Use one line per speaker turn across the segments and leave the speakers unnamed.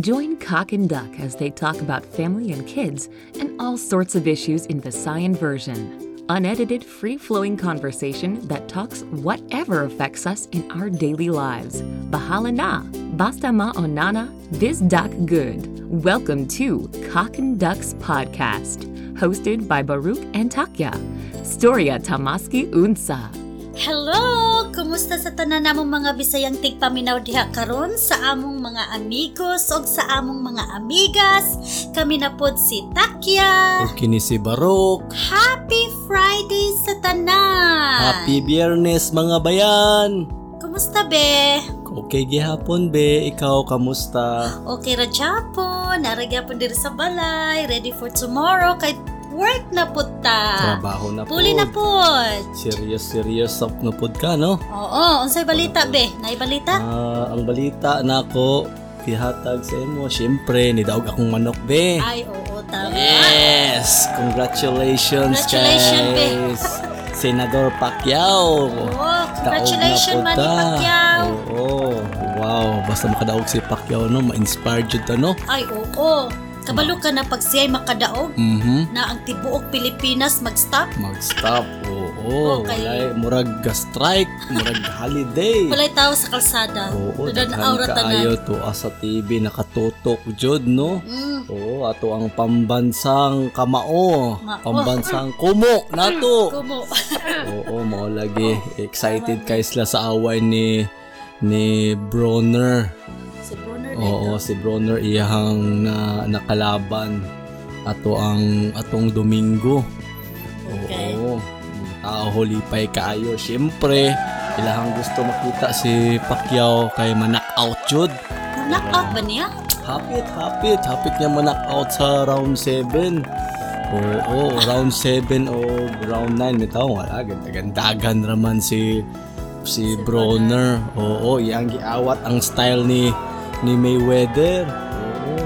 Join Cock and Duck as they talk about family and kids and all sorts of issues in the Scion version. Unedited, free flowing conversation that talks whatever affects us in our daily lives. Bahala na, basta ma onana, this duck good. Welcome to Cock and Ducks podcast, hosted by Baruch and Takya. Storia Tamaski Unsa.
Hello! Kumusta sa tanan namong mga bisayang tigpaminaw diha karon sa among mga amigos o sa among mga amigas? Kami na pod si Takya.
Okay ni si Barok.
Happy Friday sa tanan!
Happy Biyernes mga bayan.
Kumusta be?
Okay gihapon be, ikaw kamusta?
Okay ra Japo, naragya po diri sa balay, ready for tomorrow kay work na pud ta.
Trabaho na po.
Puli Ah, na pud.
Serious serious up na pod ka no?
Oo, unsay balita be? Nay balita?
Ah, ang balita nako pihatag sa imo, syempre nidaog akong manok be.
Ay oo tama.
Yes! Congratulations,
Congratulations, be.
guys! Senador
Oh,
Pacquiao! Daog na
congratulations
po
Manny
ta.
Pacquiao.
Oo. Wow. Basta makadaog si Pacquiao, no? Ma-inspired yun to, no?
Ay, oo. Kabalo ka na pag siya'y makadaog
Mhm.
na ang tibuok Pilipinas mag-stop.
Mag-stop. Oo.
Okay.
Walay, murag ga-strike. Murag holiday.
Walay tao sa kalsada.
Oo.
Tudan
daghan
aura
kaayo
tanan.
to ah, sa TV. Nakatutok jud, no?
Mm.
Oo. Ato ang pambansang kamao.
Mao.
Pambansang kumo. Nato.
Mm, Kumo. Oh,
Oo, mao lagi. Excited kay sila sa away ni ni Bronner.
si Brunner
Oo, si Bronner iyahang na nakalaban ato ang atong Domingo.
Okay.
Oo. Tahuli pay kaayo. Siyempre, ilahang gusto makita si Pacquiao kay manak out jud.
Knockout ba niya?
Hapit, hapit, hapit niya manak out sa round 7. Oo, round 7 o round 9 bitaw wala gandagan raman si si Oh, Bronner. Oo, iyang giawat ang style ni ni Mayweather. Oo.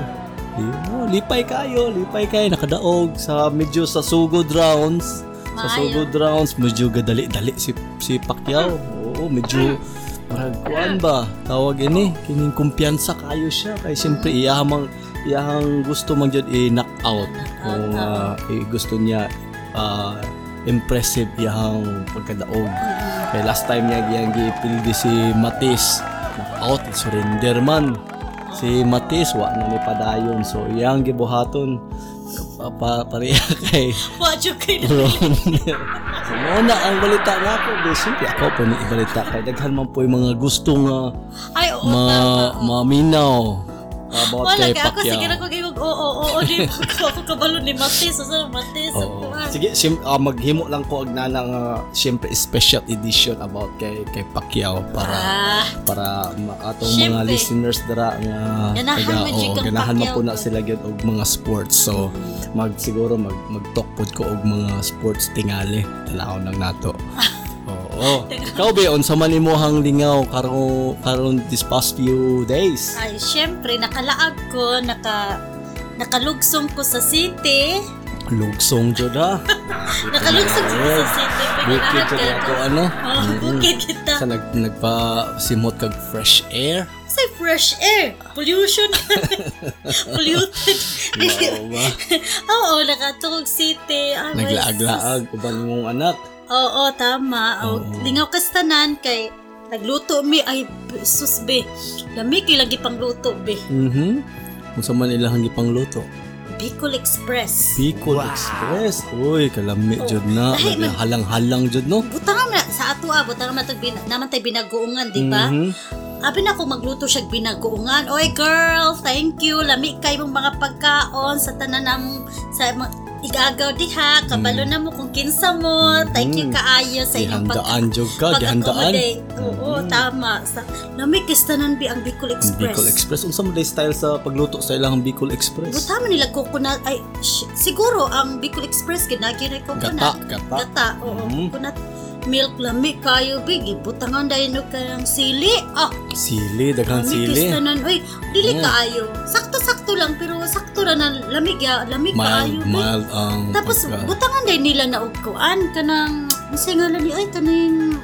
Iyo, lipay kayo, lipay kayo nakadaog sa medyo sa sugod rounds. Sa
Maayo.
sugod rounds medyo gadali-dali si si Pacquiao. Oo, medyo Murag kuan ba? Tawag ini, kining kumpiyansa kayo siya kay siyempre iyahamang iyahang gusto man jud i-knock out kung ah, eh, gusto niya ah, Iya impressive iyahang pagkadaog. Kay last time niya giyang gipildi si Matis. Out, surrender man. Si Matis, wa na ni padayon. So, iya iyang gibuhaton. Pa, pa, pareha kay
Wadyo kayo.
Bronner. So, muna ang balita nga po. Siyempre, ako po ni kan ibalita kay daghan man po yung mga gustong ah,
Ay, oo.
ma, maminaw. About
Wala
kay
ka. Ako
Pacquiao.
sige na ko kayo mag oo, oo, oo. di ba? Ako kabalo ni Matis. Asa Matis?
Oo.
Ano?
Sige, Oh. sim, ah, maghimo lang ko og na ng siyempre eh, special edition about kay kay Pacquiao para
Ah,
para ma- atong mga
Siyempre.
listeners dara nga
Ganahan
taga-
man jud
oo,
kang
ganahan man
Pacquiao
po na
to.
sila gyud og mga sports. So
Mm.
mag siguro mag mag-talk pod ko og mga sports tingali. Talaon lang nato. Oo. Ikaw be unsa man imong lingaw karon karon this past few days?
Ay, syempre, nakalaag ko, naka, nakalugsong ko sa city.
Lugsong jud ha.
Nakalugsong ko sa
Yes.
city.
Bukid jud
Pinanahan
ako
ko.
ano?
Oh, bukid kita.
Sa nag nagpa-simot kag fresh air.
Kasi fresh air, pollution, polluted.
Wow, ba?
Oo, nakatulog city. Ah, my sus.
Naglaag-laag uban mong anak.
Oo, tama. Oh,
Oo.
Lingaw kas tanan kay nagluto mi ay sus be. Lami kay lagi pang luto be.
Mhm. Unsa man ilang gipangluto?
Bicol Express.
Bicol Express. Uy, kalami jud na.
Dahil Oh. man-
Halang-halang jud no.
Butang na sa ato ah, butang na tag bin- naman tay binagoongan, di ba?
Mhm.
Abi na ako magluto siya binagoongan. Oy girl, thank you. Lami kay mong mga pagkaon sa tanan namong sa mga igagaw diha. Kabalo na mo kung kinsa mo. Thank you
Mm.
kaayo sa inyong
Gihandaan
pag-
jud ka, gihandaan.
pag-accommodate. Oo, tama. Sa, lami kay sa tanan bi ang Bicol
Ang
Express.
Bicol Express. Unsa man day style sa pagluto sa ilang Bicol Express?
Buta man nila coconut ay sh- siguro ang Bicol Express ginagi na
Gata,
coconut.
gata.
Gata. Oo,
Mm.
coconut milk lami kayo big butangan dahil no kayang sili ah
Sili, daghang
Lamig
sili.
is tanan. Uy, dili
Oo.
kaayo. Sakto-sakto lang, pero sakto ra na lamig ya. Lamig kaayo.
Mild,
eh.
mild ang
Tapos,
pagka-
butangan din nila na ugkuan. Kanang, masay nga lang ni, ay, kaning,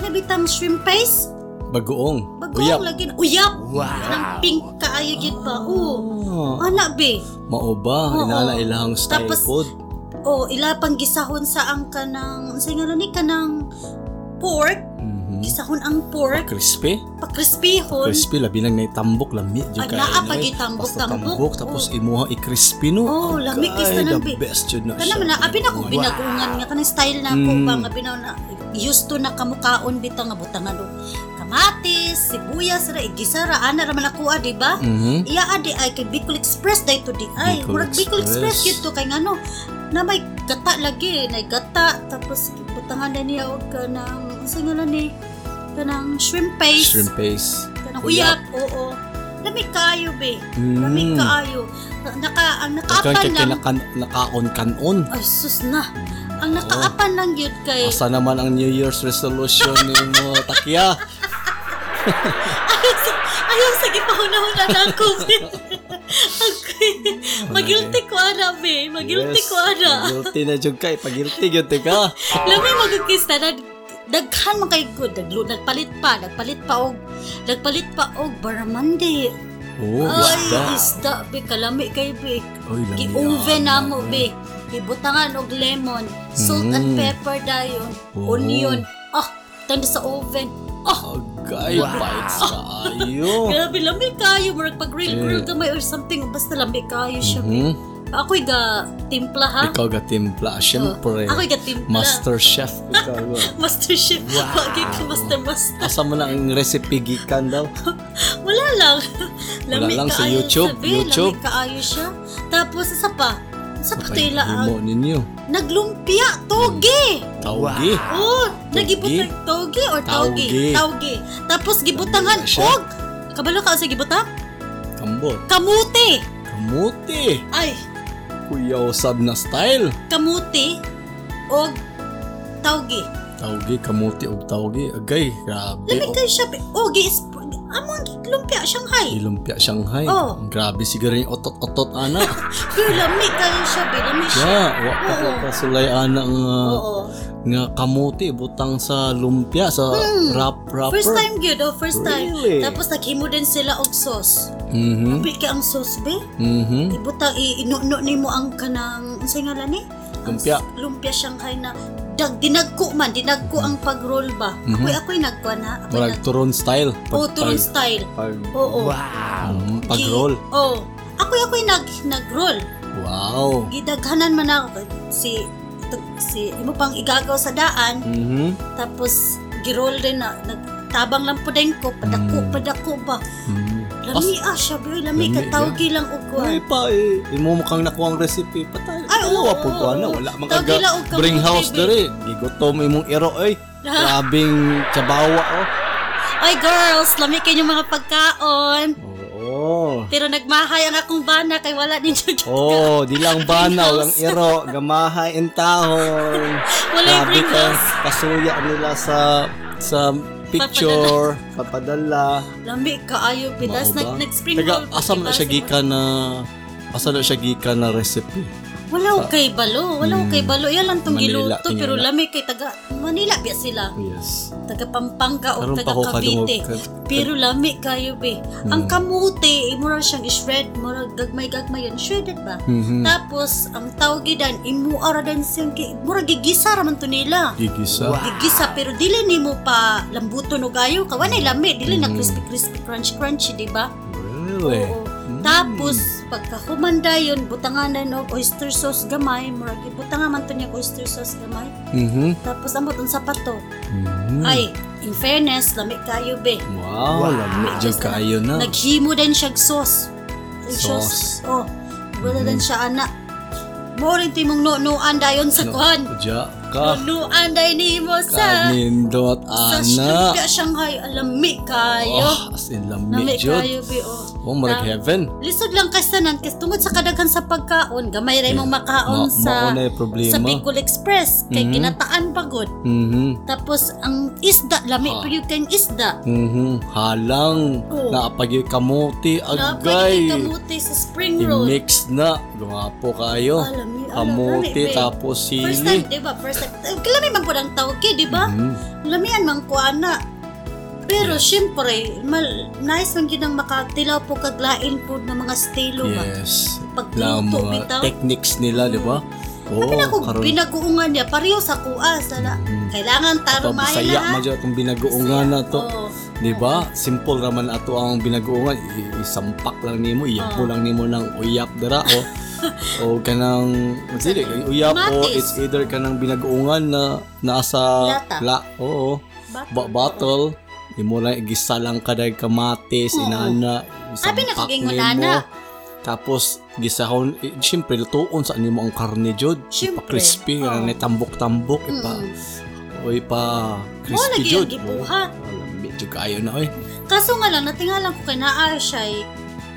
kanabitang shrimp paste.
bagoong.
Bagong
Uyap.
lagi. Uyap!
Wow.
Ng pink ka kaayo gid ba. Oo.
Ah,
Ana be.
mao ba?
Oo.
Inana ilahang style
Tapos-
pod.
O ila pang gisahon sa ang kanang sa ni kanang pork,
Mhm.
gisahon ang pork,
Crispy?
pa crispyhon.
Crispy, labi lang na itambok, lami. Diyo
Ag
kayo
naa
na,
pag
eh.
itambok,
Basta
tambok.
tambok, tapos imuha i-crispy no.
Oh,
Agay,
lami, kista
the
nang bi-
best yun na
Kana man na abi na ko binagungan nga kanang style na ko
Mm.
ba nga binaw na used to na kamukaon bitaw nga butangan og kamatis, sibuyas ra igisa ra ana ra man ako ah, di ba?
Mhm.
Iya adi ay kay Bicol Express day to di ay.
Bicol
Murag Bicol Express
Express.
gito kay ngano na may gata lagi, na gata tapos butangan na niya og kanang unsa nga lang ni kanang shrimp paste,
Shrimp paste.
kanang
Uyap.
uyap, oo. Lami kaayo be.
Mm.
Lami kaayo. Na- Naka ang
Ikaw
nakaapan
kay
ah. lang.
nakaon-kanon.
Ay sus na. Ang nakaapan lang yun kay
Asa naman ang New Year's resolution ni mo, Takya?
Ayaw, sige pa huna-huna na ako. okay. Magilty ko ara, be. Magilty ko ano? ara.
Guilty na jud kay, pagilty gyud ka.
Lamay magkikis na nag daghan man kay good naglu nagpalit pa nagpalit pa og nagpalit pa og barramundi
Oh,
ay
isda.
isda be kalami kay be
Oy, lami.
gi-oven na
ah,
mo be gibutangan og lemon salt and
Mm.
pepper dayon
Oh.
onion ah tanda sa oven ah
Agay, bites tayo.
Grabe, lamig kayo. Murag pag grill
Oh. Eh.
grill gamay or something. Basta lamig kayo siya.
Mhm.
Ako'y ga timpla ha.
Ikaw ga timpla, syempre.
Oh. Ako'y ga timpla.
Master chef ikaw. oh.
Master chef. Bagay ka master master.
Asa mo na ang recipe gikan daw?
Wala lang.
lang sa
kaayo
YouTube,
sabi.
YouTube.
Lamig kaayo siya. Tapos isa pa. Isa pa to
Ay,
ila ang
Himo ninyo.
naglumpia. Toge.
Tawgi.
Oh, nagibutang toge or
Tauge.
tauge. Tauge. Tapos gibutangan
Tauge na siya.
og kabalo ka o sa gibutang?
Kambot.
Kamuti.
Kamuti.
Ay,
Kuya usab na style.
kamuti og tauge.
Tawgi, kamuti og tawgi. Agay, grabe.
Lamig
oh.
kayo siya. pe- Oh, gis. Among lumpia, Shanghai.
Ilumpia Shanghai.
Oh.
Ang Grabe siguro yung otot-otot ana.
Pero lamig kayo siya. Be. Lamig siya.
yeah, wa pa ko kasulay ana ang uh,
Oo.
nga kamuti butang sa lumpia sa
Hmm.
wrap wrapper.
First time good. Oh, first time.
Really?
Tapos naghimo din sila og sauce.
Mhm.
Be ka ang sauce, be.
Mhm.
Ibutang, inuno ni mo ang kanang, unsay nga lang ni? Ang
Lumpia.
s- Lumpia Shanghai na dag dinagko man dinagko ang pag-roll ba
Mhm.
ako'y ako'y nagkuan ha ako'y
Murag
nag
turon style.
oh turun style
Pag,
oo
Mm, pag roll.
Gi- oh ako'y ako'y nag nag-roll
Wow.
gidaghanan man ako si si imo pang igagaw sa daan
Mhm.
tapos girol din na nagtabang lang po din ko padako
Mm.
padako ba
Mm.
lami ah siya boy lami
Lami,
ka tawgi lang og kuha
Uy pa eh. Imo mukhang nakuha ang recipe pa tayo.
Ay, oo,
Dalawa po
oo,
ko ana.
oo.
Wala man
Tawag nila,
kaga.
huwag kang
Bring house
mag-tibay.
dere. Gigutom imong iro oy.
Ah.
eh. Grabing chabawa oh.
ay girls lami kayo mga pagkaon
Oo.
pero nagmahay ang akong bana kay wala ninyo dyan.
Oh, di lang banaw ang iro, gamahay in tahon.
wala Ano yung
Grabe
bring
ka,
house
kasuya nila sa sa picture, papadala.
lami ka ayo pitas
Mao ba?
nag spring
Taga, asam na siya gikan na asa na siya gikan na recipe.
wala kay balo wala
Mm.
kay balo yan lang tong
Ah. Manila,
giluto pero
Manila.
lami kay taga Manila biya sila
Yes.
taga Pampanga o
Karon
taga
pa ko
Cavite.
kadungog ka- Hmm.
Pero lami kayo be. Ang kamuti, imura siyang shred, murag gagmay-gagmay yun. Shredded ba?
Mhm.
Tapos, ang tawgidan, imuara din siyang, ki- murag gigisa raman to nila.
Gigisa.
Gigisa, pero dili ni mo pa lambuton o gayo. Kawanay lami, dili na
Mm-hmm.
crispy-crispy, crunchy-crunchy, di ba?
Really?
Oo.
Mm.
Tapos, pagka humanda yun, butanganan og oyster sauce gamay, murag butangan man to niya oyster sauce gamay.
Mhm.
Tapos, ambot unsa pa to?
Mhm.
Ay, in fairness, lami kayo be.
Wow, lami jud kayo na.
Naghimo din siya og sauce. Ang
Sauce. Hmm.
Oh, wala din siya ana. Mo rin timong no-noan dayon sa kuhan.
Ja ka.
No-noan day nimo sa...
Kanindot
Sa
Ah. ana.
Shanghai, Shanghai, alami kayo.
Oh, as in lami
Lami
jud.
kayo be, oh.
Oh, marag
Ta-
heaven.
Lisod lang kastanan kasi tungod sa kadaghan sa pagkaon, gamay ra imong makaon
Eh, Ma-
sa
mauna yung problema.
sa Bicol Express kay
Mhm.
ginataan pagod.
Mhm.
Tapos ang isda, lami
Ah.
pa yung kang isda.
Mhm. Halang.
Oo.
Naapagay kamuti.
Napay
Agay.
kamuti sa spring roll.
I-mix na. Guwapo kayo.
Alam niyo, alam,
Kamuti
lami, babe.
tapos
First time, ano
sili. Mm-hmm.
di ba? First time. Eh, Kilami diba? man po ng tawke, di ba?
Mm.
Lamian man ko, ana. Pero syempre, mal, nice man gyud ang makatilaw po kag lain po ng mga estilo ba.
Yes.
Pagluto
Lang mga
bitaw.
techniques nila, di ba? Oo,
Kaya ko
karon
binaguungan niya pareho sa kuha sana. Kailangan tarumay
pabisaya
na.
man dyan itong binagoongan na to.
Oo.
Di ba? Diba? Simple raman ato ang binagoongan. I- Isampak lang nimo, iyapo lang nimo ng uyap dira o o kanang dili uyap o
Kamatis.
it's either kanang binagoongan na nasa
Lata.
la oo ba bottle imo lang igisa lang kadag kamatis
Oo.
inana
Abi na
isampak
kaging
nimo
unana.
tapos gisahon eh, syempre lutuon sa nimo ang karne jud ipa
Syempre.
crispy nga
Oo.
tambok-tambok eh, ipa o ipa
Mo
crispy
lagi
jud
ang gibuhat.
medyo kayo na oy
Kaso nga lang, natingalan ko kay naa siya'y,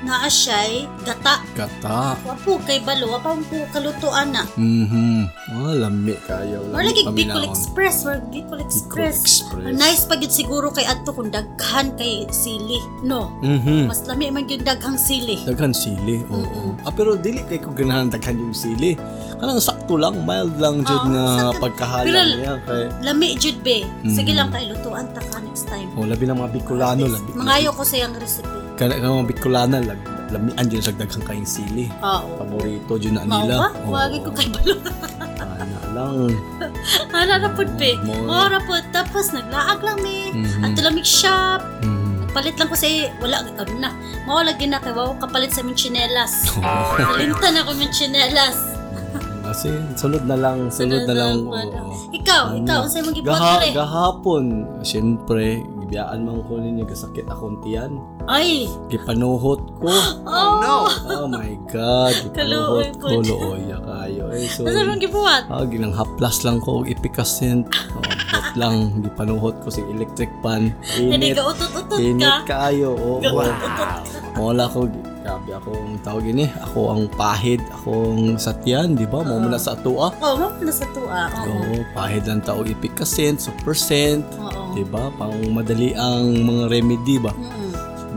naa siya'y gata.
Gata.
Wapo kay balo, wapo po kalutuan na.
Mhm. Oh, lami kayo.
Or lagi Bicol Express, or Bicol Express.
Express.
Ang Nice pa gyud siguro kay adto kung daghan kay sili. No,
Mhm.
mas lami man gyud daghang sili.
Daghan sili. Oo. Ah, pero dili kay ko ganahan daghan yung sili. Kanang sakto lang, mild lang jud
Oo,
nga
sakto.
pagkahalan
Pero-
niya kay
Lami jud be. Sige
Mm.
lang kay lutuan ta ka next time.
Oh, labi na mga Bicolano labi.
Mangayo ko sa yang recipe.
Kana ka mga Bicolana lag lami andyan sa daghan kayong sili.
Oo.
Paborito jud na
Mao
nila.
ba?
Oo.
Wagi ko kay balo.
Ana lang.
Ana na pud be.
Mo-
Ora pud tapos naglaag lang mi.
Mhm.
At lamig shop.
Mhm.
Palit lang ko sa wala ano na. Mawala gina kay wow kapalit sa min chinelas. Kalintan ako min chinelas.
Kasi sunod na lang, sunod na lang.
Ano?
oo.
Ikaw,
Ano?
ikaw unsay mong
Gaha,
gipotre?
gahapon, siyempre, gibiyaan man ko ninyo kasakit akong tiyan.
Ay.
Gipanuhot ko.
Oh, no.
oh my God. Gipanuhot
Kaluoy
ko.
po.
Looya kayo. Eh, so,
Ano mong gibuhat?
ah, ginanghaplas lang ko. Ipikasin. Oh, but lang. Gipanuhot ko si electric pan.
Hindi
Init.
ka utot-utot
Init
ka.
kayo. Oh,
Wow.
Wala ko. Grabe akong tawag ini. Ako ang pahid. Akong satyan. Di ba? Mo na sa atua.
Oh, mo na sa tuwa. Oo.
Oo, pahid lang tao ipikasin. So, percent.
Oo.
Diba? Pang madali ang mga remedy ba?
Mm.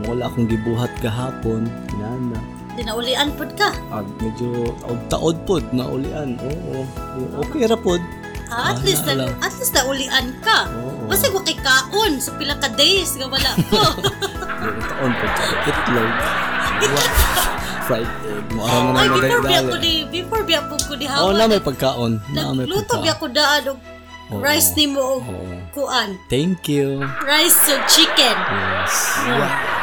Wala akong gibuhat kahapon. Nana.
Dinaulian pud ka.
Ag, medyo taod-taod pod na ulian. Oo. Okay ra pod.
Ah, at
Ah,
least na,
naalam.
at least naulian ka.
Oo.
Basta ko kay kaon sa pila ka days nga wala ko.
Medyo taon pod. Itlog. Fried egg. Mukha mo
Ay,
na
before biya ko di,
magdali.
before biya po ko di
Oo,
hawa.
na may pagkaon. Na may
Nagluto biya
pagkaon.
ko daan og
Oo.
rice ni mo og
Oo.
kuan.
Thank you.
Rice so chicken.
Yes.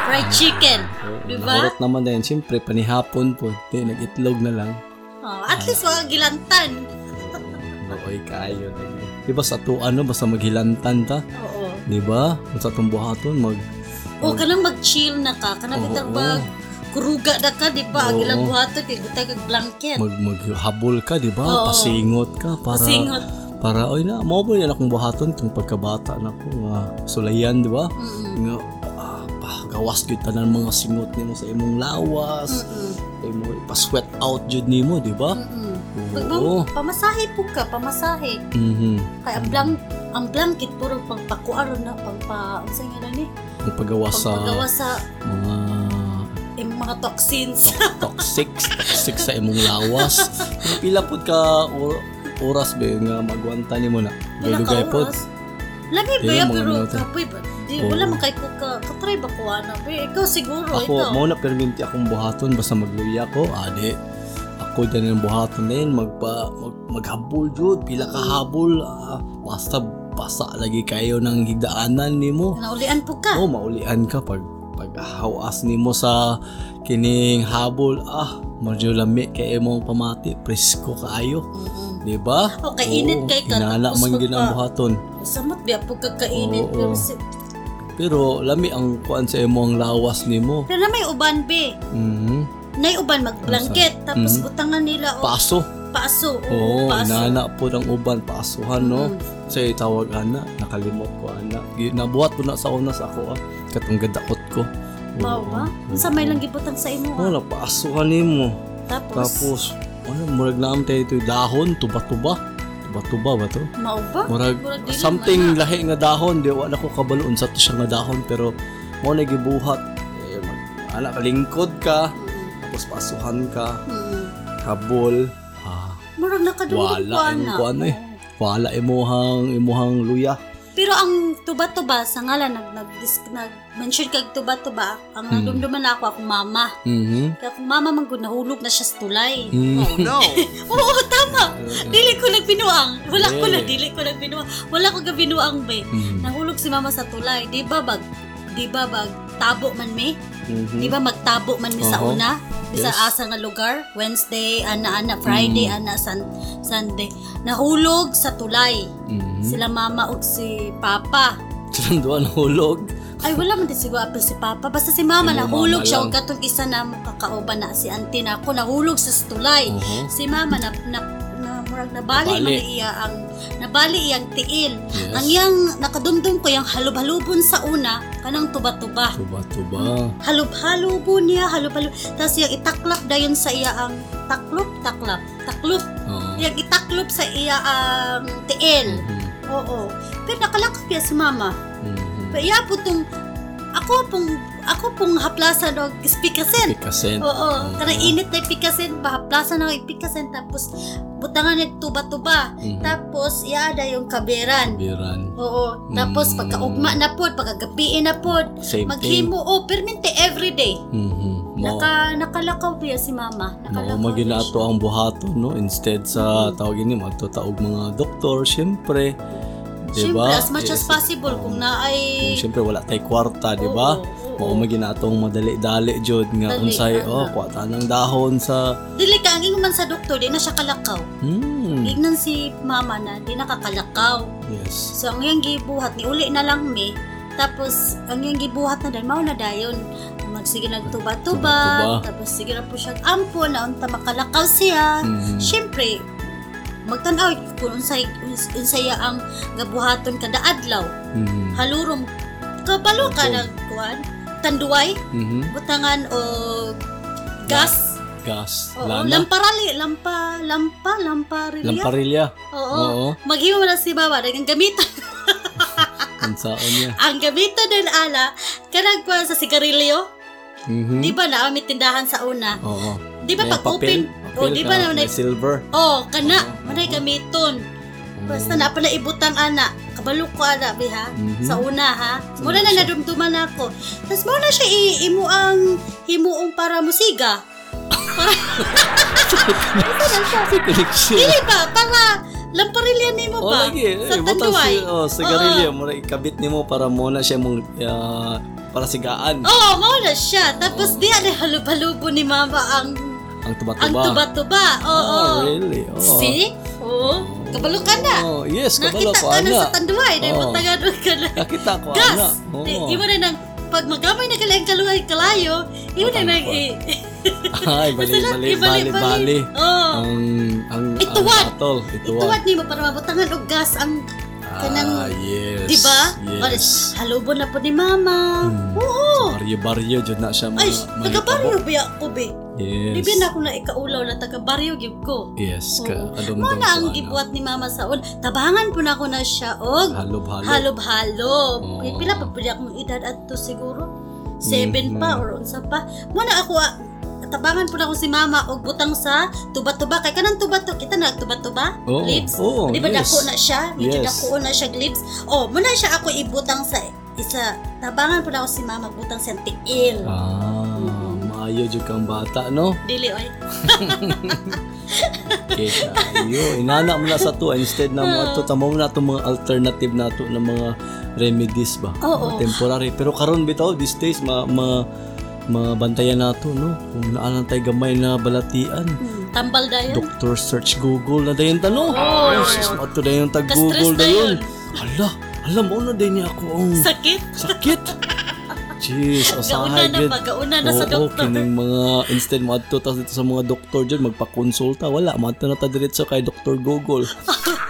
Fried chicken.
Oo,
Di ba?
Nahurot naman din. Siyempre, panihapon po. Di, nag-itlog na lang.
Oh, at least wala gilantan.
Baoy kayo. Di ba sa to ano, basta maghilantan ta?
Oo.
Di ba? Sa tumbuhaton, mag...
O kanang Oh, mag-chill na ka, kanang
Oo.
bitang mag kuruga na ka, di ba?
Oo.
Agilang buhato, kay gutay kag blanket.
mag maghabol ka, di ba?
Oo.
Pasingot ka para...
Pasingot.
Para, oy na, mo ba yan akong buhaton itong pagkabata na ko, nga sulayan, di ba?
Mm-mm.
Nga, ah, pa, gawas gyud tanan mga singot nimo sa imong lawas,
Mm-mm.
sa imong ipasweat out jud nimo, di ba?
Mm-mm. Pag
Ah, Oo.
pamasahe po ka, pamasahe.
Mhm.
Kaya ang, blank, ang blanket puro pangpakuaro na, pangpa, ang nga na ni,
Ang paggawas sa
pangpagawa sa
mga
eh, mga toxins.
toxic, toxic sa imong lawas. Kung Pila pud ka or, oras ba nga magwanta nimo na?
Wala ka
Dugay-dugay pod.
oras. Lami ba yan,
Ayun, Eh, mga
pero
minuto.
kapoy ba? Di,
Oo.
wala man kay ko ka, katry ba ko ana? Pero ikaw siguro, ikaw.
Ako, mo na perminti akong buhaton basta magluya ko, ade. Ako din ang buhaton na yun, magpa, mag, maghabol jud, pila ka habol, ah, basta basa lagi kayo ng higdaanan nimo.
Naulian po ka.
Oh, maulian ka pag paghawas nimo sa kining habol, ah, medyo lami kay imong pamati, presko kaayo,
Mm-mm.
di ba?
Oh, kainit kay ka,
Inala
tapos
man gyud ang
magpa-
buhaton.
Samot biya po kakainit. Pero,
Oo.
si,
Pero lami ang kuan sa imong lawas nimo.
pero na may uban be. Oh.
Mhm.
Nay uban magblanket. Tapos
Mm.
butangan nila o
Paso.
paaso. Oo,
Oo, ano? oh,
paaso.
inana po ng uban, paasuhan, no?
Mm.
Sa tawag ana, nakalimot ko ana. Gi- Nabuhat po na sa unas ako, ah. Katong gadakot ko. Oh,
Wow ba?
hmm.
Unsa may lang gibutang sa imo? ah.
Wala, paasuhan Oh, ni Oh, mo.
Tapos,
Tapos, ano, murag na tayo ito, dahon, tuba-tuba. Tuba-tuba ba to?
mao ba?
Murag,
Murag dili
something
man ah.
lahi nga dahon, di wala ko kabaloon sa to siya nga dahon, pero mo na gibuhat. Eh, mag- ana, kalingkod ka,
Mm,
tapos paasuhan ka,
mm.
habol. Ah,
Murag nakadungog
Wala, ano
ko
yung
na.
kuan eh. wala imuhang imuhang luya
Pero ang tuba-tuba sa ngalan nag nag, nag mention kag tuba-tuba ang
Hmm.
nagdumduman na ako akong mama.
Mhm.
Kaya kung mama man gud nahulog na siya sa tulay.
Mm.
Oh no.
Oo, tama.
Mm. Eh.
Dili ko nagbinuang. Wala ko na
Dili.
dili ko nagbinuang. Wala ko gabinuang be.
Mhm.
Nahulog si mama sa tulay. Di ba bag di ba bag tabo man me?
Mhm.
Di ba magtabo man mi sa
Oho.
una? Bisa
Yes. Mm.
asa nga lugar? Wednesday, ana-ana, Friday, ana, sun, Sunday. Nahulog sa tulay.
Mhm.
Sila mama ug si papa.
Silang duha nahulog.
Ay, wala man din siguro apil si papa. Basta si mama
Si
nahulog
mama
siya.
lang.
Ug katong isa na makakauban na si auntie na ako. Nahulog sa tulay.
Oho.
Si mama na, na, na murag nabali
Nabali.
man iya ang nabali iyang tiil.
Yes.
Ang yang nakadumdum ko yung halub-halubon sa una kanang tuba-tuba.
Tuba-tuba.
Halub-halubo niya, halub-halub. Tapos yung itaklap dayon sa iya ang taklop, taklap, taklop.
Oo.
Yung itaklop sa iya ang tiil.
Mhm.
Oo. Pero nakalakap ya si mama.
Mhm.
Pero iya po tong, ako pong, ako pong haplasan o ispikasin.
Pikasen.
Oo.
Mm-hmm.
Kanang init na ipikasin, haplasan o ipikasin. Tapos, butangan ni tuba-tuba.
Mhm.
Tapos, iada yung kaberan.
Biran.
Oo. Tapos,
Mm.
pagkaugma na po, pagkagapiin na po,
Same
maghimo Oh, o permente everyday.
thing. Mhm. Mao-
Naka, nakalakaw ba si mama?
Mao
Nakalakaw
magina
na siya.
ato ang buhaton no instead sa
Mm-hmm.
tawagin ni mga taog mga doktor syempre di
Siyempre,
ba
as much as
Yes.
possible, kung na ay...
diba? Eh, Kung diba? syempre wala tay kwarta di ba
Oo, oo,
mao
oo.
magina atong madali-dali jud nga
Dali,
unsay
ana.
oh kwata ng dahon sa
Dili ka, ang ingon man sa doktor, di na siya kalakaw.
hmm
Ignan si mama na, di nakakalakaw.
yes
So, ang iyang gibuhat, ni uli na lang mi. Tapos, ang iyang gibuhat na dahil, mao na dayon. Magsige
Tuba-tuba.
nagtuba-tuba. Tapos, sige na po siya ampo na unta makalakaw siya.
Mhm.
Siyempre, magtanaw kung unsay unsaya ang gabuhaton kada adlaw.
Mhm.
halurong kabalo ka ng kuan tanduay
Mhm.
butangan o gas
gas
oo
lana
lamparali lampa lampa lamparilla
lamparilla
oo
oo
maghimo na si baba ang gamitan
unsaon niya
ang gamitan din ala kanang kuan sa sigarilyo
mhm
di ba na may tindahan sa una
oo
di ba
May
pag
papel,
open oh
papel
di ba
ka,
na
may ah, silver
oh kana
Oo.
manay gamiton basta
Oo.
na pala ibutang ana kabalo ko ana biha
Mhm.
sa una ha. Muna
Sige,
na
sige.
nadumduman ako. Tapos muna siya i- imo ang himuong para musiga.
Connection.
Dili ba? Para lamparilla nimo
Oh,
ba?
lagi.
Sa
eh, butang
tanduay.
si- oh, sigarilyo. Mura ikabit nimo para muna siya mong ah, para sigaan.
Oo, mao na siya. Tapos
Oo.
di ari halubalubo ni mama ang
Ang
Oh.
tuba-tuba.
ang tuba-tuba. Oo.
Oh, really? Oh.
See? Oo. Kabalo ka na.
Oh, yes, kabalo
Nakita
ko,
ka na
ana.
sa tanduay. Dahil
Oo.
butangan mo ka na.
Nakita ko, ana. Oh.
Gas!
Oo.
Di- Imo na nang pag magamay na kalaing kaluhay kalayo, imo na
Butangan
nang
ko.
i-
Ay, bali,
Basta
bali,
lang,
bali, bali.
Oo.
Ang, ang,
Ituwad.
ang battle. Ituwad.
Ituwad ni mo para mabutangan og gas ang
Ah,
kanang- diba?
yes.
di ba?
Yes.
Halubon na po ni mama.
Hmm.
Oo.
Sa Baryo-baryo, dyan na siya.
Ay,
mga- mga
taga-baryo
tabo.
ba ako be?
Hmm. Yes.
Di ba na ako na ikaulaw na taga-baryo gyud ko.
Yes, ka, ano.
Oo.
adumdum
Mao
ko,
na ang
ana.
gibuhat ni mama sa un. Tabangan po na ako na siya og
Halob-halob.
halob-halob.
Oo.
Pila- Pila pa pwede akong edad adto siguro? Seven
Mhm.
pa or unsa pa. Mao na ako ah, tabangan po na ako si mama og butang sa tuba-tuba kay kanang tuba-tuba kita na tuba-tuba
Oo.
lips.
Oo,
Di ba
yes.
dako na siya? Medyo
Yes.
dako na siya lips. Oh, muna siya ako ibutang sa isa. Tabangan po na ako si mama butang sa tiil.
Ah, maayo jud kang bata, no?
Dili oy.
Okay, ayo. Inana mo na sa to instead na mga to tamo na to mga alternative na to ng mga remedies ba?
Oo.
Mga temporary. Pero karon bitaw these days ma, ma mabantayan na to, no? Kung naalan tay gamay na balatian.
Hmm, Tambal dayon.
Doctor search Google na dayon tanong.
Oo.
Jesus, mato dayon tag
Oh, Ka-stress
Google
na
dayon.
yun.
Ala, alam mo na din niya ako ang
Sakit.
sakit. Jeez,
Gauna
usahay
na
gid.
ba? Gauna na sa
Oo,
doktor.
kining mga instead mo adto tas dito sa mga doktor diyan magpakonsulta, wala maadto na ta diretso kay Dr. Google.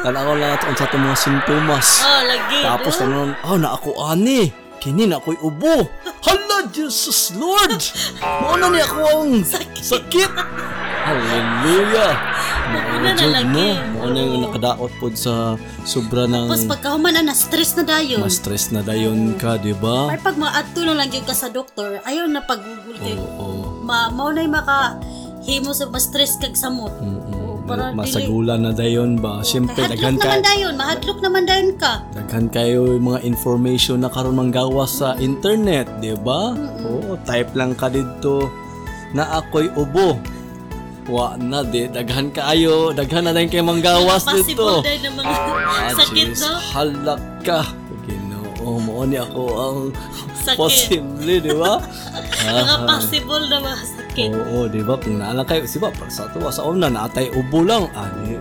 Tanaw lang ato unsa atong mga sintomas.
Oh, lagi.
Tapos
oh.
tanong, oh na ako ani. Kini na ako'y ubo. Hala, Jesus Lord! Mauna niya ako ang
Sakit.
sakit. Hallelujah!
Mauna na
Jud,
lagi.
no? Mauna yung
Oo.
nakadaot po sa sobra ng
Tapos pagkahuman na, na-stress na dayon.
ma-stress na dayon ka, di ba?
Ay, pag maadto na lang yun ka sa doktor, ayaw na pag-google
Oo.
kayo. Ma, mao na'y maka himo sa ma-stress kag samot.
Mm-mm.
Oo. para dili.
masagulan na dayon ba syempre
Hadlok
daghan
naman
ka
dayon, mahadlok naman dayon ka.
daghan kayo yung mga information na karon manggawas sa internet di ba oo type lang ka dito na ako'y ubo wa na di daghan kaayo daghan na dayon kay manggawas
Possible
dito
dayon ng mga
Ah,
sakit
Jeez,
no?
halak ka Ginoo mo ni ako ang
Sakit.
posible di ba
Mga
Ah.
possible na mga sakit.
Oo, di ba? Kung naalang kayo, di ba? Pag sa tuwa, sa una, naatay ubo lang. Ani,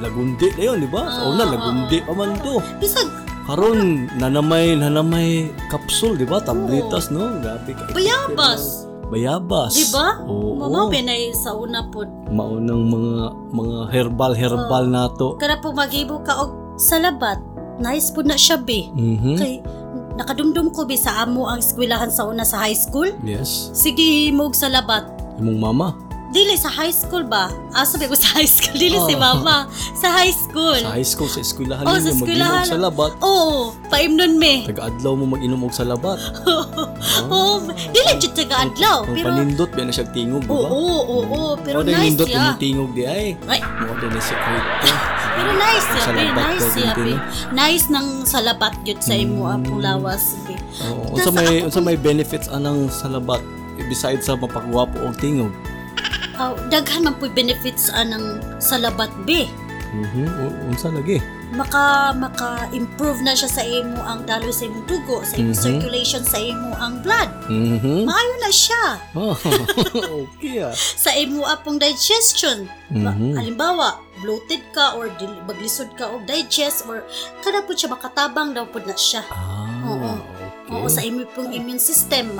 lagundi na yun, di ba? Sa una,
Ah, Oo,
lagundi pa man to.
Bisag,
Karon, nanamay, nanamay kapsul, di ba? Tablitas, no? Grabe ka.
bayabas.
Bayabas.
Di ba?
Oo.
Mamaw eh. pinay sa una po.
Maunang mga mga herbal-herbal na to.
Kada po magibo ka og salabat. Nice po na siya be.
Mhm.
Kay nakadumdum ko be sa amo ang eskwelahan sa una sa high school.
Yes.
Sige himog salabat.
Imong mama.
Dili sa high school ba? Asa ba ko sa high school? Dili si
Oh.
mama. Sa high school.
Sa high school, sa eskwelahan
Oh,
oh,
sa
ninyo,
eskwelahan.
mag-inom sa labat.
Oo, paimnon me.
Taga-adlaw mo mag-inom og sa labat.
Oo, dili jud taga adlaw,
Ang
Oh, pero
panindot, yan na siya tingog, di
Oo,
ba?
oo, oo, pero
Pero
nice
nindot
siya.
yung tingog di ay.
Ay,
Mukha din na si
pero nice siya,
Salabat
be, nice
daw,
siya, be.
Tintin.
Nice nang salabat yun sa imo,
Hmm.
apong lawas, be.
Oo, unsa may unsa may benefits anang salabat besides sa mapagwapo og tingog?
Ah, daghan man po benefits anang salabat, be.
Mhm, u- unsa lagi?
Maka, maka-improve na siya sa imo ang daloy sa imong dugo, sa imong
Mhm.
circulation, sa imo ang blood.
Mhm.
Maayo na siya.
Oh, okay ah.
Sa imo apong digestion, Ma-
Mhm.
Diba? Halimbawa, bloated ka or dil- baglisod ka og digest or kada po siya makatabang daw po na siya. Oo.
Ah,
Oo, sa
okay.
imo pong immune system,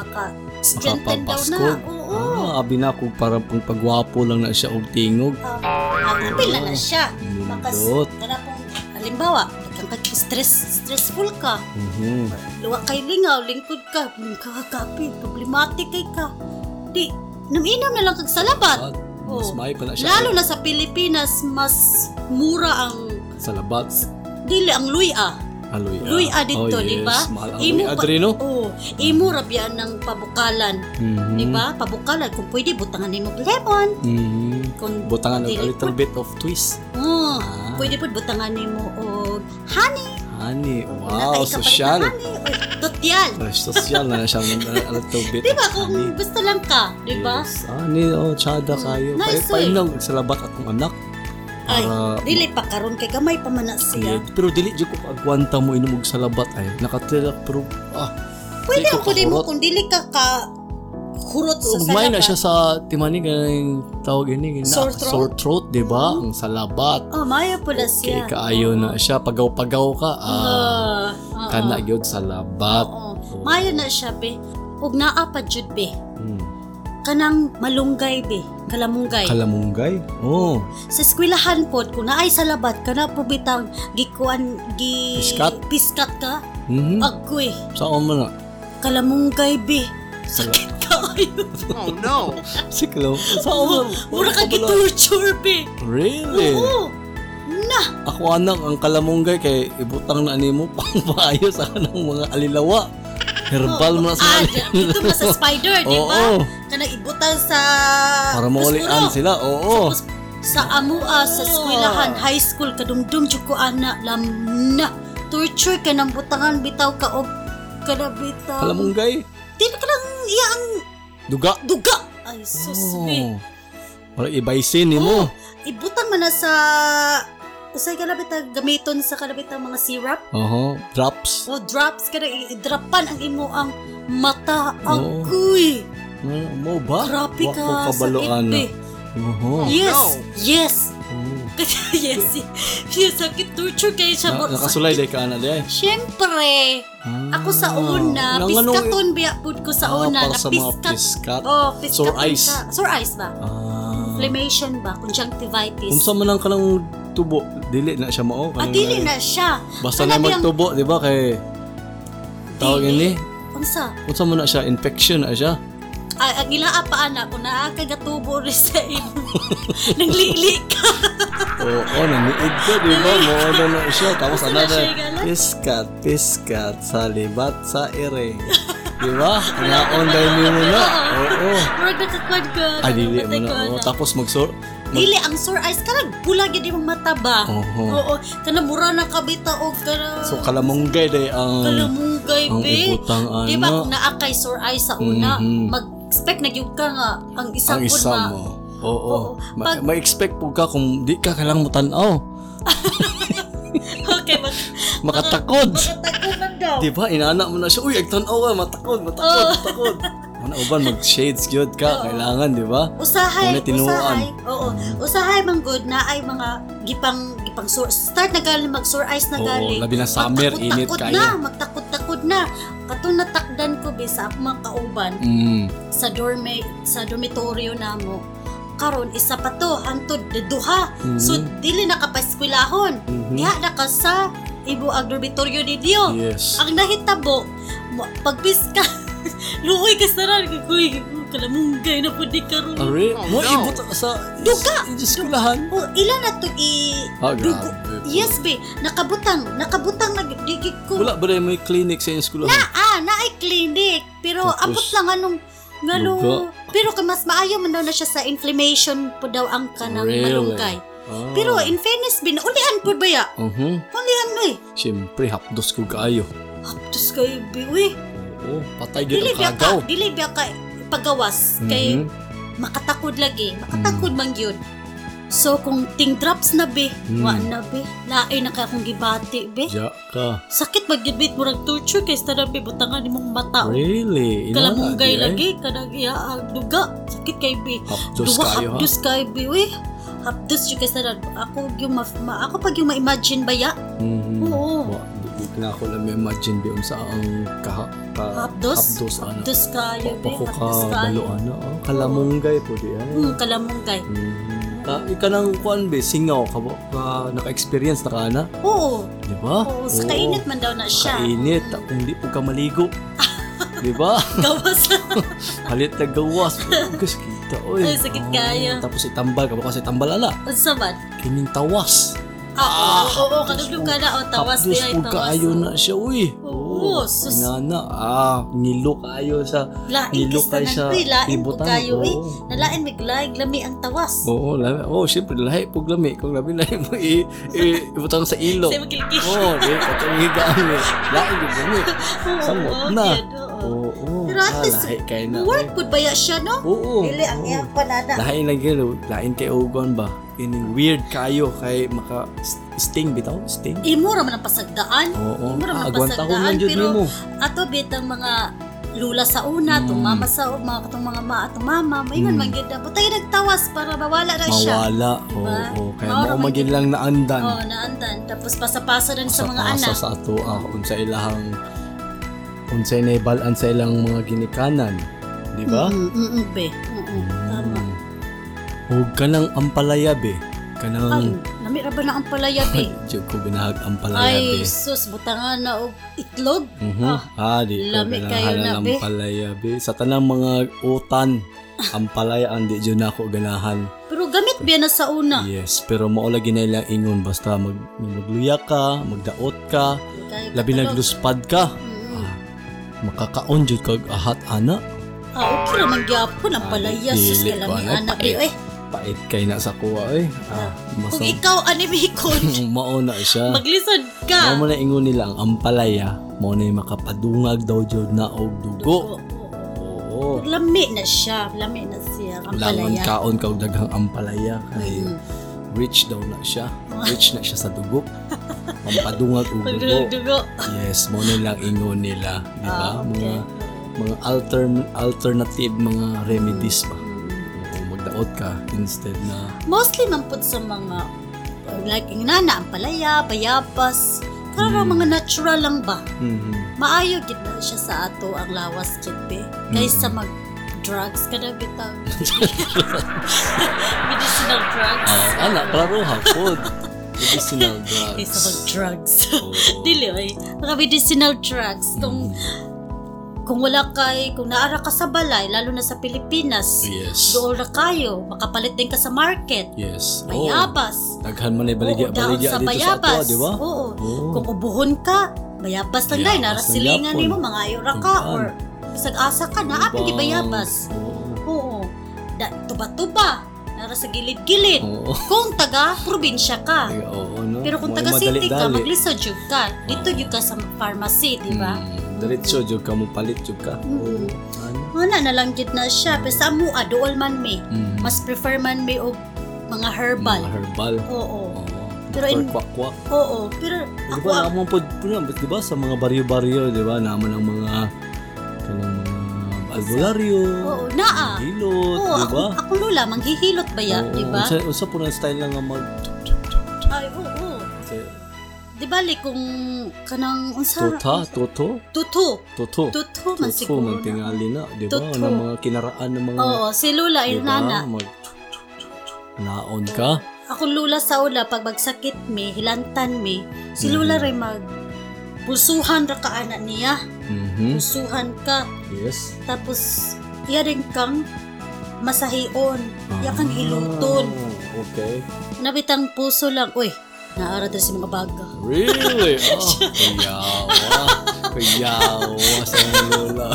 maka-strengthen daw na.
Makapapaskod.
Oo.
Ah, abi na ko para pang pagwapo lang na siya og tingog.
Nakapil na na siya. Makas,
Nindot.
kada pong, halimbawa, nagkang stress, stressful ka,
Mhm.
luwa kay lingaw, lingkod ka, hmm, kakakapi, problematic kay ka. Di, naminom na lang kag salabat.
Ah,
Oo.
Mas may pa na siya.
Lalo na sa Pilipinas, mas mura ang,
salabat.
dili ang luya.
Aloy.
Luy ah, dito,
oh, yes.
di ba?
Mahal ang
Imo
luy.
pa-
Adreno.
Oo. Imo rabyan ng pabukalan,
Mhm.
di ba? Pabukalan kung pwede butangan nimo og lemon.
Mhm.
Kung
Butangan og a
dili Oh, po-
little bit of twist.
Oo.
Ah.
Pwede pud butangan nimo og honey.
Honey,
Natay ka
wow,
pa rin ng
social.
honey or Tutyal.
Ah, Social na siya a little bit.
Di ba
of
kung
honey.
gusto lang ka, di ba?
Yes. Honey, oh, tsada
Mm,
kayo.
Diba? nice,
pa,
eh.
painaw sa labat atong anak.
Ay,
Ah,
dili pa karon kay gamay pa man na siya.
Yeah. Pero dili jud ko agwanta mo inumog sa labat ay eh. nakatira pero ah
Pwede
di ko
ang pwede mo
kahurot.
kung dili ka ka hurot sa
Ugmay na siya
salabat.
sa timanig ang tawag ini gina
Sore throat? Mm-hmm.
sore throat, di ba? Ang salabat.
Oh, maya pala
Okay,
siya.
kaayo na siya pagaw-pagaw ka. Ah,
Ah, oo.
kana gyud salabat.
Oo. Mayo na siya, be. Ug naa pa jud, be.
Mm.
Kanang malunggay, be. Kalamunggay.
Kalamunggay. Oh,
sa eskwelahan pod, kung naay sa labat, kana po bitang gikuan, gi...
Piskat?
piskat ka.
mhm.
Agoy.
Saan mo na?
Ah. Kalamunggay, be. Sakit ka ayo.
Siklo. Saan mo?
Ah. Mura ka gitorture, be.
Really?
Oo. Na.
Ako anak, ang kalamunggay kay ibutang na nimo pang maayos sa kanang mga alilawa. Herbal mo na sa
Ah,
alilawa.
dito mo sa spider, di ba?
Oo.
Kanang ibutan sa...
Para maulian
puspuro.
sila, oo.
Tapos, sa amua sa eskwelahan
Oh.
high school kadumdum jud ko ana lam na torture ka ng butangan bitaw ka og kada bitaw
Kalamunggay,
dili ka lang iya ang
duga.
duga ay sus
Oh.
oh.
Para ibaysin nimo.
ibutang man na sa usay ka labita gamiton sa kalabitang mga syrup
Oho, drops.
o drops ka na i- idrapan ang imo ang mata
Oo.
ang kuy
Ano, Mo ba?
grabe
Oh. Wa ko Oh.
ka sakit
kabaloan na.
be.
Oho.
yes yes yes yes sakit torture kay siya
Na-
mo-
Nakasulay day ka na day.
Siyempre, Ah. ako sa una,
ano-
piskaton biya pud ko sa
Ah,
una,
para
na
sa mga
piskat.
piskat.
Oh, piskat.
Sore
yun
eyes.
sa- Sore eyes ba?
Ah.
Inflammation ba? Conjunctivitis.
Unsa man ang kanang tubo, dili na siya mao.
ah,
kanang-
dili na siya.
Mm. Basta na magtubo, di ba? Kay tawag ini,
Unsa?
unsa mo na siya infection na siya.
Ay, ang ilaa ah, pa ana ko na kagatubo rin sa imo. Naglili ka.
Oo, oh, naniid ka, di ba? Mawala na siya. Tapos
Gusto
ano
na
na,
siya galan?
piskat, piskat, salibat, sa ere. Di ba? Naon dahil mo na. Oo.
Murag nakakwad ko.
Ay, dili mo
Namatay
na.
ko
Oo.
na.
Tapos magsor,
Dili ang sore eyes kanang pula gyud imong mata ba?
Oho.
Oo, kanang mura na kabita oh, og kanang
So kalamunggay day ang
kalamugay
ang
be.
ibutang
Di ba
ano.
kung naa kay sore eyes sa una,
Mhm.
mag-expect na gyud ka nga ang isa pud
ang isa
ma-
mo. Oo.
Oo.
Ma-
Pag-
ma-expect po ka kung di ka kalang mutanaw.
okay, mag
Makatakod.
makatakot man daw.
Di ba? Inaanak mo na siya. Uy, agtanaw ka. Matakod, matakod,
Oo.
matakod. Ano ba? Mag-shades yun ka.
Oo.
Kailangan, di ba?
Usahay,
Muna tinuuan.
usahay. Oo, usahay man good na ay mga gipang gipang sur, start na gali mag sore eyes na
Oo,
gali.
labi na summer, init
Magtakot-takot
kayo.
na, magtakot-takod na. Katong natakdan ko be sa akong mga kauban
Mm.
sa dorme sa dormitoryo namo. Karon isa pa to hangtod de duha.
Mhm.
So dili nakapaskwelahon.
Mhm.
Diha na ka sa ibuag dormitoryo ni Dio.
Yes.
Ang nahitabo, mo- pagbis ka, luoy ka sa ran, kuy, kalamunggay na po di ka ron.
Ari,
Oh,
mo
no.
ibot sa
Duga!
sa eskulahan.
O, ilan na to i...
Ah,
dugo-
grabe po.
Yes, be, nakabutang, nakabutang na digig ko.
Wala ba rin may clinic sa eskulahan?
Na, ah, na ay clinic, pero
Tapos,
abot lang anong Ngano,
duga.
pero kay mas maayo man daw na siya sa inflammation po daw ang kanang
Really?
malunggay.
Ah.
Pero in fairness, bin, ulian po ba ya?
Mhm.
Ulian Ah, mo eh.
Siyempre, hapdos ko kaayo.
Haptos kayo, be, uy.
Oo, patay gid
Dili
ang
biya
kagaw.
ka, dili biya ka pagawas kay
Mhm.
makatakod lagi. Makatakod man yun. So, kung ting drops na be,
Mm.
wa na be, lain na kaya akong gibati be.
Diya ka.
Sakit mag-debate mo ng torture kay sa nabi, butangan imong mata. o.
Really?
Kalamunggay Ah,
Ina na, di eh.
lagi, kanang iyaag duga. Sakit kay be.
ay? Hapdos
Duwa
kayo ha.
hapdus kay be, we. Hapdus yung kay sa nabi. Ako, yung ma, ma- ako pag yung ma-imagine ba ya?
Mhm.
Oo.
Wa, di- di ko na ako lang imagine di unsa ang ka, ka
Hapdos?
hapdos ana.
Hapdus kayo be,
Pako ka
hapdus kayo.
balo ana. oh. Kalamunggay po di eh. ay.
Hmm, kalamunggay.
Mhm. Ka, ika nang kuan be singaw ka, bo- ka naka-experience na ka ana,
Oo,
di ba?
oo, sa kainit man daw na siya.
Oh, Kainit,
Mm,
kung di po ka maligo. di ba?
Gawas.
Halit na gawas. Ugas kita, oy.
Ay, sakit kaya.
Oh, tapos itambal ka, baka sa itambal ala.
Unsa man?
Kining tawas.
Ah, oo, oo,
Tapos
kadugdog
po-
ka na. O, tawas
tapos
niya,
po
tawas.
kaayo na siya, uy.
Oo, sus.
Inana, ah, ngilo kaayo sa,
Lain
ngilo
kas
kay
na
sa
nagpoy, lain po
ibutan. Oh.
kayo eh.
Oo.
Nalain miglaig, lami ang tawas.
Oo, lami. Oo, syempre, lahi po glami. Kung labi lahi mo, i, i, ibutang sa ilog.
Kasi magilgi.
Oo, di, katong higaan eh. Lahi yung gani.
Oo,
samot
oo,
na.
yun, oo.
Oo, oo.
Pero at
Ah,
least,
lahi kayo na. Oh,
Work
eh.
po ba ya siya, no?
Oo.
Dili ang
oo.
iyang panana.
Lain lang gyud, lain kay ugon ba? Ining weird kayo kay maka st- sting bitaw, sting.
Imura man ang pasagdaan.
Oo,
Mura
ah,
man
agwanta ko man
pasagdaan.
jud
Pero
nimo.
ato bitang mga lula sa una,
Mm.
itong mama sa mga katong mga ma, atong mama, may man
Mm.
man ganda. Butay nagtawas para mawala na siya.
Mawala. Oh, Oo,
Diba?
oo. kaya
Mawala
mao
man
magin lang naandan.
Oh, naandan. Tapos pasapasa din sa
sa
mga
pasa
anak.
sa ato ah, unsa ilahang unsa naibalan sa ilang mga ginikanan, di ba?
Mm, mm, mm, be. Mm, mm, tama.
Huwag ka ng Hmm. Oh, ampalaya be.
Ay,
Kanang
namira ba na ang palaya, be?
Diyo ko binahag ampalaya
Ay,
be.
sus, butangan na og itlog.
Mhm. Ah, di ko
lami kayo na,
ganahan ang
be.
palaya, be. Sa tanang mga utan, ang palaya ang di dyan ako ganahan.
Pero gamit biya na sa una.
Yes, pero maulagi na ilang ingon. Basta mag, magluya ka, magdaot ka,
Kay-
labi
ano,
nagluspad ka.
Mm,
Ah, makakaon jud kag ahat ana.
Ah, okay ra man gyapon ang palaya,
Ay,
sus,
dili ko ano,
kalami
alam,
anak, be.
pait.
Eh,
Pait kay na sa kuwa eh. Ah,
kung
masam-
ikaw, ani bikon,
mauna siya.
maglisod
Mao
ka.
mo na ingon nila ang ampalaya, mao na yung makapadungag daw jud na og dugo.
Oo, oo.
Oo.
Lami na siya, lami na siya, ang
Langon
palaya.
kaon kag daghang ampalaya kay
Mm.
rich daw na siya. Rich na siya sa dugo. Pampadungag og dugo.
Pagdugo.
Yes, mo na lang ingon nila, di
Ah,
ba? Mga
okay.
mga altern alternative mga remedies ba.
Mm.
Oo, magdaot ka instead na
mostly man po sa mga uh, like yung nana ang palaya, bayabas, kaya
Mm.
mga natural lang ba?
Mhm.
Maayo gid na siya sa ato ang lawas gid be. Kaysa mag drugs ka na bitaw. Medicinal drugs.
Ah, ana klaro hapon. Medicinal
Kaysa mag
drugs.
drugs.
Oo.
Dili ay mga medicinal drugs kung kung wala kay kung naara ka sa balay lalo na sa Pilipinas.
Yes.
Dool na kayo, makapalit din ka sa market.
Yes. Oo.
Bayabas.
Daghan man ay baligya,
Oo, dahon
baligya
sa
dito sa ato,
bayabas.
di ba?
Oo.
Oo.
Kung ubuhon ka, bayabas lang dahil
Bayabas lang
narasilingan
yapon.
mo, mga ayura ka,
Diba?
or bisag asa ka na, ah, apin
Ibang-
bayabas.
Oo.
Oo. Da, tuba-tuba. nara sa gilid-gilid.
Oo.
Kung taga probinsya ka.
Ay, oo, no?
Pero kung
Mga
taga city ka,
madali-dali. Ah.
maglisod jud ka. Dito jud ka sa pharmacy, di ba? Mm.
Mm, diretso jud ka mo palit jud ka. Oo. Ano?
Wala na lang jud na siya. Pero sa mo, adool man may.
Mm.
Mas prefer man may og mga
Mga
herbal.
herbal.
Oo.
Pero
Pero in-
kwak-kwak.
Oo. Pero
Di
ako,
ba, naman po, di ba, sa mga baryo-baryo, di ba, naman ang mga, kanang mga albularyo,
oo, naa.
hilot,
Oo,
di ba?
ako, ako lula, manghihilot ba ya?
Oo,
Di ba?
Unsa, unsa po ng style lang nga mag,
Ay, oo.
kasi,
Di bali kung kanang unsa?
tota, toto,
Tutu.
toto,
Tutu man
toto,
siguro. na.
magtingali na, di ba,
Toto.
ng mga kinaraan ng mga,
Oo, si Lula,
di
yung
ba,
nana.
mag, naon ka,
Ako Lula sa ula, pag magsakit mi, hilantan mi,
Mm-hmm.
si Lula rin mag pusuhan ra ka anak niya. Mm-hmm.
mhm,
Pusuhan ka.
yes,
Tapos, iya rin kang masahion. Iya kang
Ah,
hiluton.
Oh, okay,
Nabitang puso lang. Uy, naara diri sa mga baga.
Really? Oh, kayawa. Kayawa sa lola.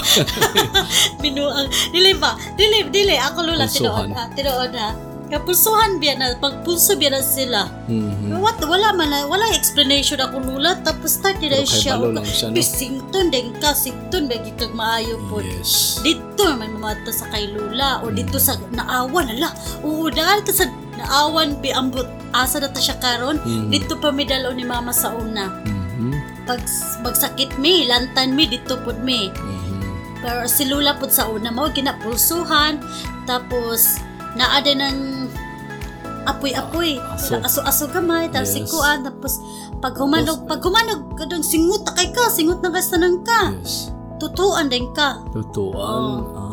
Binuang. Dili ba? Dili, dili. Ako Lula,
Pusuhan.
tinuod ha. Tinuod ha. Kapusuhan biya na, pagpuso biya na sila.
Mhm.
What? Wala man na, wala explanation ako Lula. Tapos na,
Pero
dili
kay ano?
siya.
balo lang siya, no?
Bisington, deng ka, sington, bagi kag maayo po.
Hmm. Yes.
Dito may mamata sa kay Lula
Hmm.
o dito sa naawan ala. Oo, dahil ta sa naawan pi ambot asa na ta siya karon.
Mhm.
Dito pa mi dalaw ni mama sa una.
Mhm.
Pag magsakit mi, lantan mi dito pud mi.
Mhm.
Pero si Lula pud sa una mao ginapulsuhan tapos naa din ng apoy-apoy.
Aso.
Aso-aso gamay, tapos
Yes.
sikuan, tapos pag humanog, pag humanog, kadong singut na kay ka, singut na ka sa nang ka.
Yes.
Tutuan din ka.
Tutuan. Ah.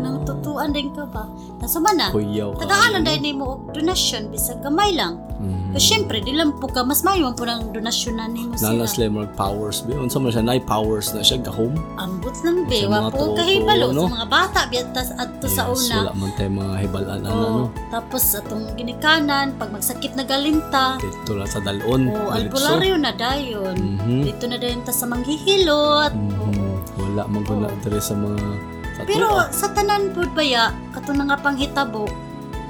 Nang tutuan din ka ba? Nasama na.
Kuyaw ka.
Tagaalan dahil ni mo og donasyon bisag gamay lang.
Mhm.
Pero syempre, di lang po ka mas mayo man po ng donasyon na nimo sila.
Nanas lang mag powers ba? Unsa man siya nay powers na siya gahom.
Ambot lang be,
Sa mga
wa po
tuo-tuo,
kahibalo
no?
sa mga bata biyatas adto sa
Yes,
una. Oh.
Wala man tayo mga hibalan ano
Oo.
no.
Tapos atong ginikanan, pag magsakit na galinta,
Dito lang sa dalon.
o albularyo na dayon.
Mhm.
Dito na dayon ta sa manghihilot.
Mhm. Wala man guna
Oo.
diri sa mga sa
Pero
tuwa.
sa tanan pud baya, kato na nga panghitabo,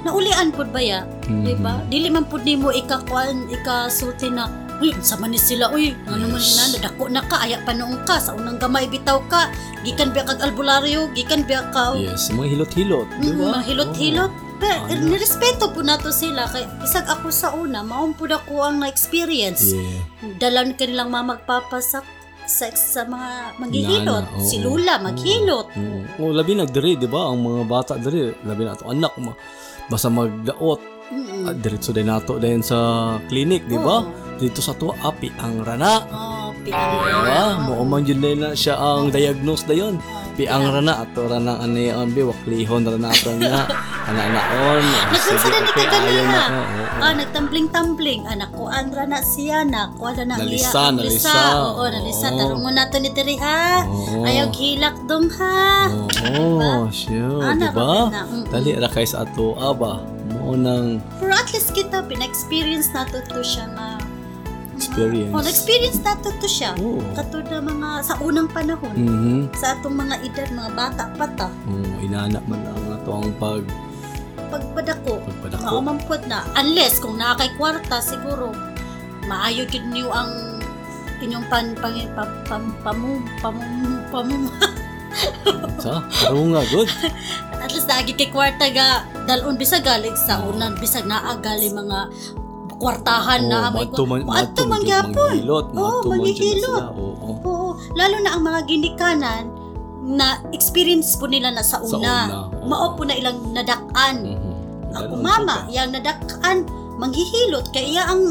naulian pud baya,
Mhm.
di ba? Dili man pud nimo ikakuan, ikasulti na, uy, sama ni sila, uy, ano man
Yes.
na, nadako na ka, aya pa noong ka, sa unang gamay bitaw ka, gikan biya kag albularyo, gikan biya ka,
Yes, mga hilot-hilot, di
Mm,
ba?
mga hilot-hilot. Pero
Ano?
nirespeto po nato sila. Kay, bisag ako sa una, maong po na ko ang na-experience.
Oh, Yeah.
Dalan ka nilang mga magpapasak sa, sa mga maghihilot.
Nana, oo.
Si Lula, maghilot.
Mm. Oh, labi na diri, di ba? Ang mga bata diri, labi na to anak ma. Basta magdaot,
Mm-mm.
ah, diretso din nato din sa clinic, di ba?
Oo.
Dito sa to api ang rana.
Oo,
Di
pinag-
ba? Mo man yun din na siya ang diagnose dayon. Pi ang rana ato rana ani ang bi waklihon rana ato na ana naon.
Nagpunsa na ni
ayaw
Taganiha.
na ko, oo, oo.
Ah, nagtambling-tambling. Anak ko, Andra na siya, na ko, ano na
Nalisa, nalisa.
Oo, nalisa.
Oo.
Tarungon nato ni Diri, ha?
Oo.
Ah, Ayaw hilak dong, ha?
Oo, sure, Oh, di
Ana,
ba?
bakit na? Mm-mm.
Dali ra kay sa ato aba. Mao nang
Pero at least kita, pina-experience nato to siya na...
Experience.
Oh, experience nato to siya.
Oo.
Katulad ng mga sa unang panahon.
Mhm.
Sa atong mga edad, mga bata pa ta.
Oo, inaanak Oh, man ang ato ang pag
Pagpadako,
pagpadako.
maumampot na. Unless kung naa kay kwarta, siguro, maayo gid niyo ang inyong pan, pang, pam, pam, pamum, pamum, pamum.
Sa karunga good.
At least naagi kay kwarta ga dalon bisag galig sa unang bisag naa gali mga kwartahan na
Oo,
may
Oh, madto man
Madto man
gyud
gyapon.
manghilot,
Oo,
madto man gyud na
manghihilot.
sila, Oo.
Oo, lalo na ang mga ginikanan na experience po nila na sa una.
Sa una, oo.
Mao po na ilang nadakan.
Mhm.
Ako
Ganun
mama,
siya.
yang nadakan, manghihilot. Kaya ang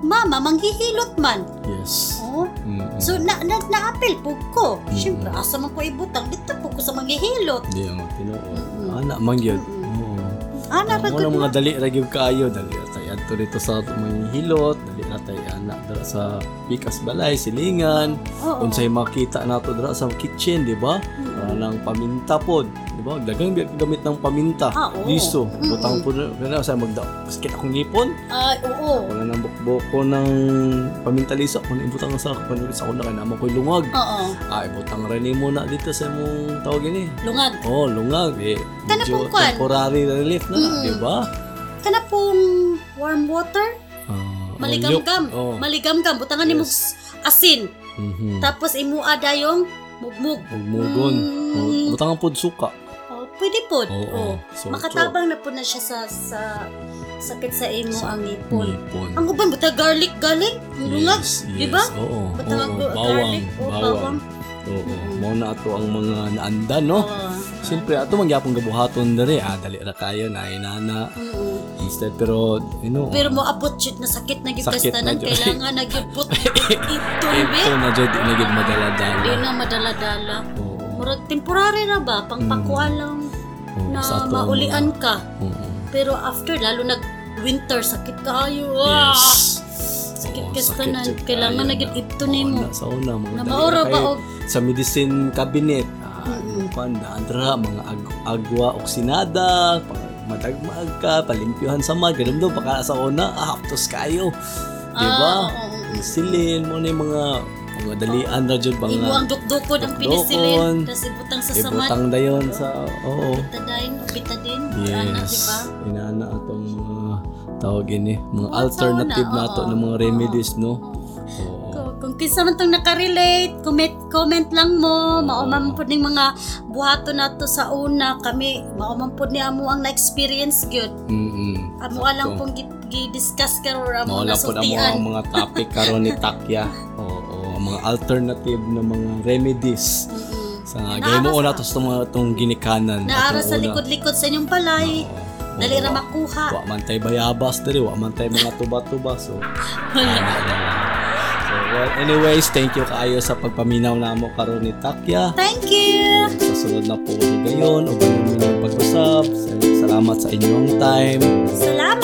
mama, manghihilot man.
Yes.
Oo.
Mhm.
So, na, na, naapil po ko.
Mm-mm.
Siyempre, asa man ko ibutang, dito po ko sa manghihilot.
Di ang tinuod.
Mm-mm.
Anak man gyud.
Mm-mm.
Oo.
Ana,
Hmm. Ang unang mga
pagod na.
dali ra gyud kaayo dali ra tayo adto rito sa manghilot, dali ra tayo anak dala sa Pikas Balay, Silingan.
Oo.
Unsay makita nato dira sa kitchen, di ba?
Mm-mm.
Ah, Para lang paminta pod, di ba? Dagang biya gamit ng paminta.
Ah, oo.
Liso.
Mm-mm.
Butang po na. Kaya sa magda. Sakit akong ngipon.
Ay, oo.
Wala nang bukboko ng paminta liso. Kung ibutang sa ako, kung sa ako na kaya naman ko'y lungag.
Oo.
Ah, ibutang rin ni muna dito sa mong tawag ini.
Lungag.
Oh, lungag. Eh,
Kana
medyo
pong kwan?
temporary relief na,
Mm-mm.
di ba?
Kana pong warm water?
Ah,
Maligamgam.
oh, yuk.
Maligamgam. Butangan ni mo
Yes.
asin.
Oh. Mhm.
Tapos imua dayong mugmug.
Magmugon.
Mm.
Oh, butang ang pod suka.
Oh, pwede po. Oh.
Oo. So,
Makatabang na po na siya sa, sa sakit sa imo
Sa
ang
Ngipon.
ipon. Ang uban, buta garlic, garlic. Ang lungag.
Yes, yes.
Diba?
Oo.
Buta
oo,
mag-
bawang.
garlic. Oh,
bawang. Oh.
bawang.
Oo.
Mm-mm.
Mao na ato ang mga naandan, no?
Oo.
Siyempre, ato mangyapong gabuhaton dali. Ah, dali ra kayo na inana.
Mm-mm.
Instead, pero, you know.
Pero mo abot jud na sakit na gyud
Sakit na
kastanan
gyud.
kailangan na gyud put
Ito
itumbe.
na dyan, di na gid
Di
madala-dala.
na madala-dala.
Oo.
Murag temporary ra ba pang
Mm.
pakuan lang
Oo,
na
sa ato ang
maulian
mga-
ka.
Oo.
Pero after lalo nag winter sakit kaayo. Ah!
Yes.
Sakit
Oo,
ka sa tanan.
jud
Kailangan
kayo
na gid ito
Oo,
nimo.
na- Sa una, mga
Na
dali
maura
ra
ba
kayo
og
Sa medicine cabinet, ah,
Mm-mm.
mm andra, mga ag- agwa oksinada, pag- madagmaag ka, palimpyuhan sa mga, ganun daw, baka sa una, ah, haptos kayo.
ah,
Diba?
oo, oo, oo.
Insulin, mo na yung mga, mga dalian na dyan, mga
Imo Oh. ang dukdukod ang
Dukdukon.
pinisilin kasi butang sa samat.
ibutang na yun sa, oo.
Betadine, betadine, ana,
Yes.
diba?
Inaana atong mga tawagin eh, mga
Oo,
alternative
sa una,
na to
oo.
ng mga remedies, no?
Oo.
Oo.
Kung, kung kinsa man tong nakarelate, comment, comment lang mo. Mauman po ning mga buhato nato sa una. Kami, mauman po ni amo ang na-experience gyud.
Mm-mm.
Amo ka lang
Sakto.
pong gi- gi-discuss ka or amo
Mawala po na mga, ang
nasultian.
mga topic karon ni Takya. Oo, ang mga alternative na mga remedies.
Mm-mm.
Sa
Naaras
gaya mo una
na.
to sa mga itong ginikanan.
Mm-hmm. Naara
Atong
sa
una.
likod-likod sa inyong palay.
Oo.
Dali ra
Wa-
makuha.
Wa man tayo bayabas diri, wa man tayo mga tuba-tuba. So,
Wala.
ano na lang. So, well, anyways, thank you kaayo sa pagpaminaw namo karon ni Takya.
Thank you!
Sa sunod na po higayon o ganun pag-usap. Salamat sa inyong time.
Salamat!